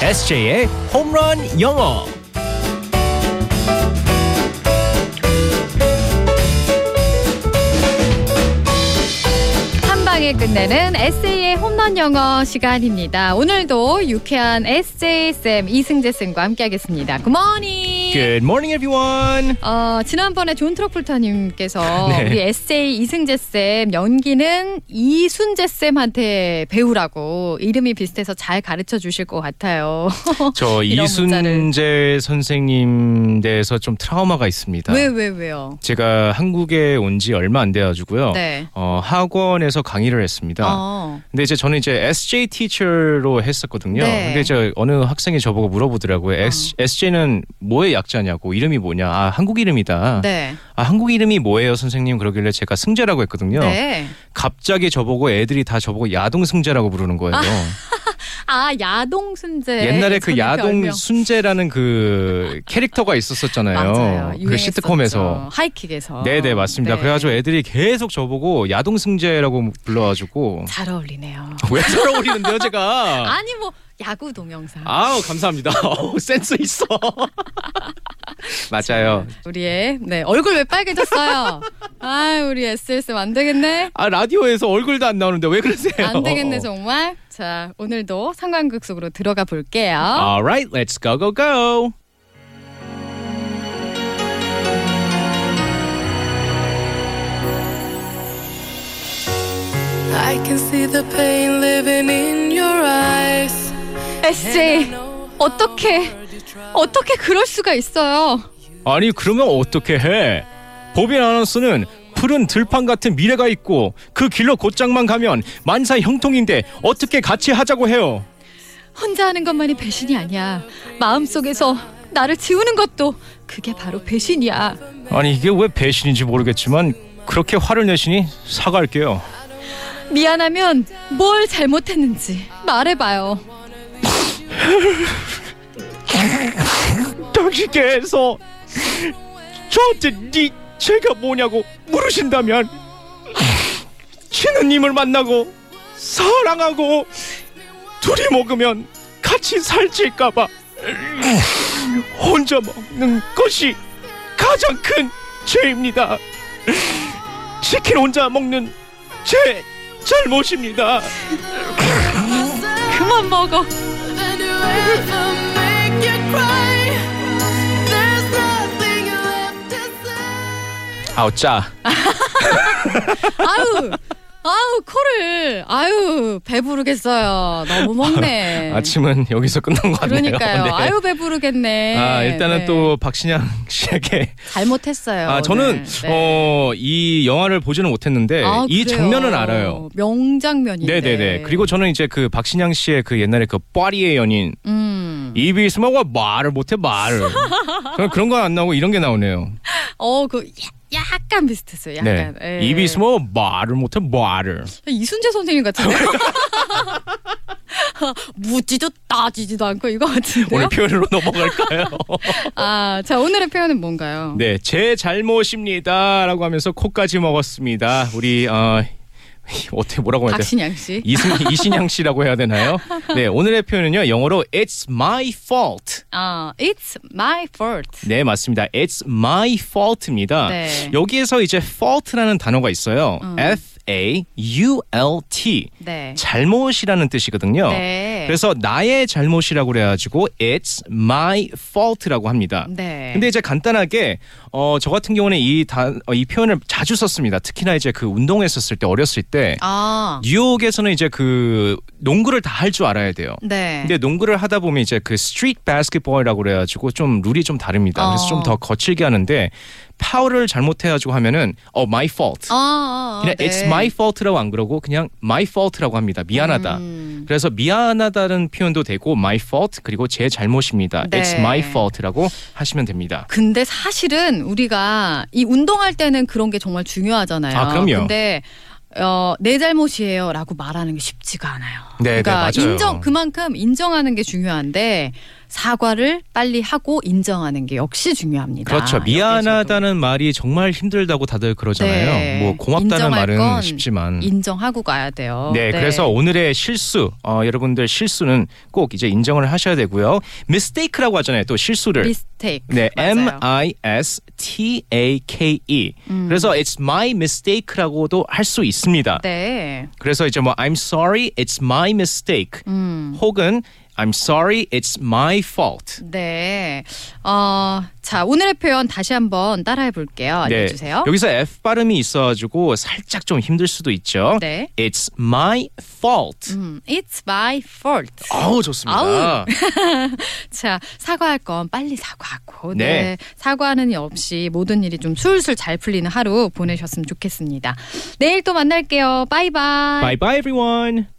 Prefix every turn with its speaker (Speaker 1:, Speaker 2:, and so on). Speaker 1: SJ의 홈런 영어.
Speaker 2: 한 방에 끝내는 에세이의 홈런 영어 시간입니다. 오늘도 유쾌한 에세이 쌤 이승재 쌤과 함께하겠습니다. 굿모닝.
Speaker 1: Good morning, everyone.
Speaker 2: 어, 지난번에 존 트러플터님께서
Speaker 1: 네.
Speaker 2: 우리 에세이 이승재 쌤 연기는 이순재 쌤한테 배우라고 이름이 비슷해서 잘 가르쳐 주실 것 같아요.
Speaker 1: 저
Speaker 2: 이런
Speaker 1: 이순재 선생님 대해서 좀 트라우마가 있습니다.
Speaker 2: 왜 왜 왜, 요
Speaker 1: 제가 한국에 온 지 얼마 안 돼가지고요.
Speaker 2: 네.
Speaker 1: 어, 학원에서 강의를 했습니다.
Speaker 2: 어.
Speaker 1: 근데 이제 저는 이제 SJ 티처로 했었거든요.
Speaker 2: 네. 아.
Speaker 1: 근데 이제 어느 학생이 저보고 물어보더라고요. S, SJ는 뭐의 약자냐고 이름이 뭐냐? 아 한국 이름이다.
Speaker 2: 네.
Speaker 1: 아 한국 이름이 뭐예요, 선생님? 그러길래 제가 승재라고 했거든요.
Speaker 2: 네.
Speaker 1: 갑자기 저보고 애들이 다 저보고 야동 승재라고 부르는 거예요.
Speaker 2: 아, 야동 순재.
Speaker 1: 옛날에 그
Speaker 2: 선생님
Speaker 1: 야동
Speaker 2: 네, 별명.
Speaker 1: 순재라는 그 캐릭터가 있었었잖아요.
Speaker 2: 맞아요.
Speaker 1: 그
Speaker 2: 유행했었죠.
Speaker 1: 시트콤에서.
Speaker 2: 하이킥에서.
Speaker 1: 네네 맞습니다.
Speaker 2: 네.
Speaker 1: 그래가지고 애들이 계속 저보고 야동 승재라고 불러가지고
Speaker 2: 잘 어울리네요.
Speaker 1: 왜 잘 어울리는데요 제가?
Speaker 2: 아니 뭐 야구 동영상.
Speaker 1: 아우 감사합니다. 어우, 센스 있어. 맞아요.
Speaker 2: 우리의 네 얼굴 왜 빨개졌어요? 아 우리 SSM 안 되겠네.
Speaker 1: 아 라디오에서 얼굴도 안 나오는데 왜 그러세요?
Speaker 2: 안 되겠네 정말. 자 오늘도 상관극 속으로 들어가 볼게요.
Speaker 1: Alright, let's go go go.
Speaker 3: I can see the pain living in your eyes.
Speaker 2: SJ 어떻게 어떻게 그럴 수가 있어요?
Speaker 1: 아니 그러면 어떻게 해? 법인 아나운서는 푸른 들판 같은 미래가 있고 그 길로 곧장만 가면 만사 형통인데 어떻게 같이 하자고 해요?
Speaker 2: 혼자 하는 것만이 배신이 아니야. 마음 속에서 나를 지우는 것도 그게 바로 배신이야.
Speaker 1: 아니 이게 왜 배신인지 모르겠지만 그렇게 화를 내시니 사과할게요.
Speaker 2: 미안하면 뭘 잘못했는지 말해봐요.
Speaker 1: 당신께서 저한테 니 죄가 뭐냐고 물으신다면 신우님을 만나고 사랑하고 둘이 먹으면 같이 살찔까봐 혼자 먹는 것이 가장 큰 죄입니다. 치킨 혼자 먹는 제 잘못입니다.
Speaker 2: 그만 먹어.
Speaker 3: And you ever make you cry? There's nothing left to say.
Speaker 1: 아우 짜.
Speaker 2: 아유, 아유 코를, 아유 배부르겠어요. 너무 먹네.
Speaker 1: 아침은 여기서 끝난 것 네.
Speaker 2: 그러니까요. 아유 배부르겠네.
Speaker 1: 아 일단은
Speaker 2: 네.
Speaker 1: 또 박신양 씨에게
Speaker 2: 잘못했어요.
Speaker 1: 아 저는
Speaker 2: 오늘. 네.
Speaker 1: 어 이 영화를 보지는 못했는데
Speaker 2: 아,
Speaker 1: 이
Speaker 2: 그래요.
Speaker 1: 장면은 알아요.
Speaker 2: 명장면인데.
Speaker 1: 네네네. 그리고 저는 이제 그 박신양 씨의 그 옛날에 그 파리의 연인
Speaker 2: 음.
Speaker 1: 입이 있으면 와 말을 못해 말을. 저는 그런 건 안 나오고 이런 게 나오네요.
Speaker 2: 어그 약간 비슷했어요.
Speaker 1: 네.
Speaker 2: 약간. 예.
Speaker 1: 입이 있으면 말을 못해 말을.
Speaker 2: 이순재 선생님 같은데. 묻지도 따지지도 않고 이거 같은데요.
Speaker 1: 오늘 표현으로 넘어갈까요?
Speaker 2: 아, 자 오늘의 표현은 뭔가요?
Speaker 1: 네, 제 잘못입니다라고 하면서 코까지 먹었습니다. 우리 어 어떻게 뭐라고 해야 돼?
Speaker 2: 박신양 씨.
Speaker 1: 이승, 이신양 씨라고 해야 되나요? 네, 오늘의 표현은요. 영어로 it's my fault.
Speaker 2: 아, it's my fault.
Speaker 1: 네, 맞습니다. it's my fault입니다.
Speaker 2: 네. 음.
Speaker 1: 여기에서 이제 fault라는 단어가 있어요. F A U L T.
Speaker 2: 네.
Speaker 1: 잘못이라는 뜻이거든요.
Speaker 2: 네.
Speaker 1: 그래서 나의 잘못이라고 그래 가지고 it's my fault라고 합니다.
Speaker 2: 네.
Speaker 1: 근데 이제 간단하게 어, 저 같은 경우는 이, 단, 어, 이 표현을 자주 썼습니다. 특히나 이제 그 운동했었을 때 어렸을 때
Speaker 2: 아,
Speaker 1: 뉴욕에서는 이제 그 농구를 다 할 줄 알아야 돼요.
Speaker 2: 네.
Speaker 1: 근데 농구를 하다 보면 이제 그 스트리트 바스켓볼이라고 그래가지고 좀 룰이 좀 다릅니다. 그래서
Speaker 2: 어.
Speaker 1: 좀 더 거칠게 하는데 파울을 잘못해가지고 하면은 어 my fault.
Speaker 2: 아, 아, 아,
Speaker 1: 그냥
Speaker 2: 네.
Speaker 1: it's my fault라고 안 그러고 그냥 my fault라고 합니다. 미안하다.
Speaker 2: 음.
Speaker 1: 그래서 미안하다는 표현도 되고 my fault 그리고 제 잘못입니다.
Speaker 2: 네.
Speaker 1: it's my fault라고 하시면 됩니다.
Speaker 2: 근데 사실은 우리가 이 운동할 때는 그런 게 정말 중요하잖아요.
Speaker 1: 아, 그럼요.
Speaker 2: 근데 어, 내 잘못이에요라고 말하는 게 쉽지가 않아요.
Speaker 1: 네, 네,
Speaker 2: 그러니까
Speaker 1: 맞아요.
Speaker 2: 인정 그만큼 인정하는 게 중요한데 사과를 빨리 하고 인정하는 게 아, 역시 중요합니다.
Speaker 1: 그렇죠. 미안하다는 말이 정말 힘들다고 다들 그러잖아요.
Speaker 2: 네.
Speaker 1: 뭐 고맙다는
Speaker 2: 인정할 건
Speaker 1: 말은 쉽지만.
Speaker 2: 인정하고 가야 돼요.
Speaker 1: 네, 그래서 오늘의 실수, 어, 여러분들 실수는 꼭 이제 인정을 하셔야 되고요. mistake라고 하잖아요. 또 실수를.
Speaker 2: 미스테이크.
Speaker 1: 네, M
Speaker 2: 맞아요.
Speaker 1: I S T A K E. 그래서 it's my mistake라고도 할 수 있습니다.
Speaker 2: 음. 네.
Speaker 1: 그래서 이제 뭐 I'm sorry, it's my mistake.
Speaker 2: 음.
Speaker 1: 혹은 I'm sorry, it's my fault.
Speaker 2: 네. 어, 자, 오늘의 표현 다시 한번 따라해 볼게요. 네, 알려 주세요.
Speaker 1: 네, 여기서 F 발음이 있어가지고 살짝 좀 힘들 수도 있죠.
Speaker 2: 네.
Speaker 1: It's my fault.
Speaker 2: 음, it's my fault.
Speaker 1: 아우 좋습니다.
Speaker 2: 아우. 자, 사과할 건 빨리 사과하고. 네.
Speaker 1: 네.
Speaker 2: 사과하는 일 없이 모든 일이 좀 술술 잘 풀리는 하루 보내셨으면 좋겠습니다. 내일 또 만날게요. 바이바이.
Speaker 1: Bye bye everyone.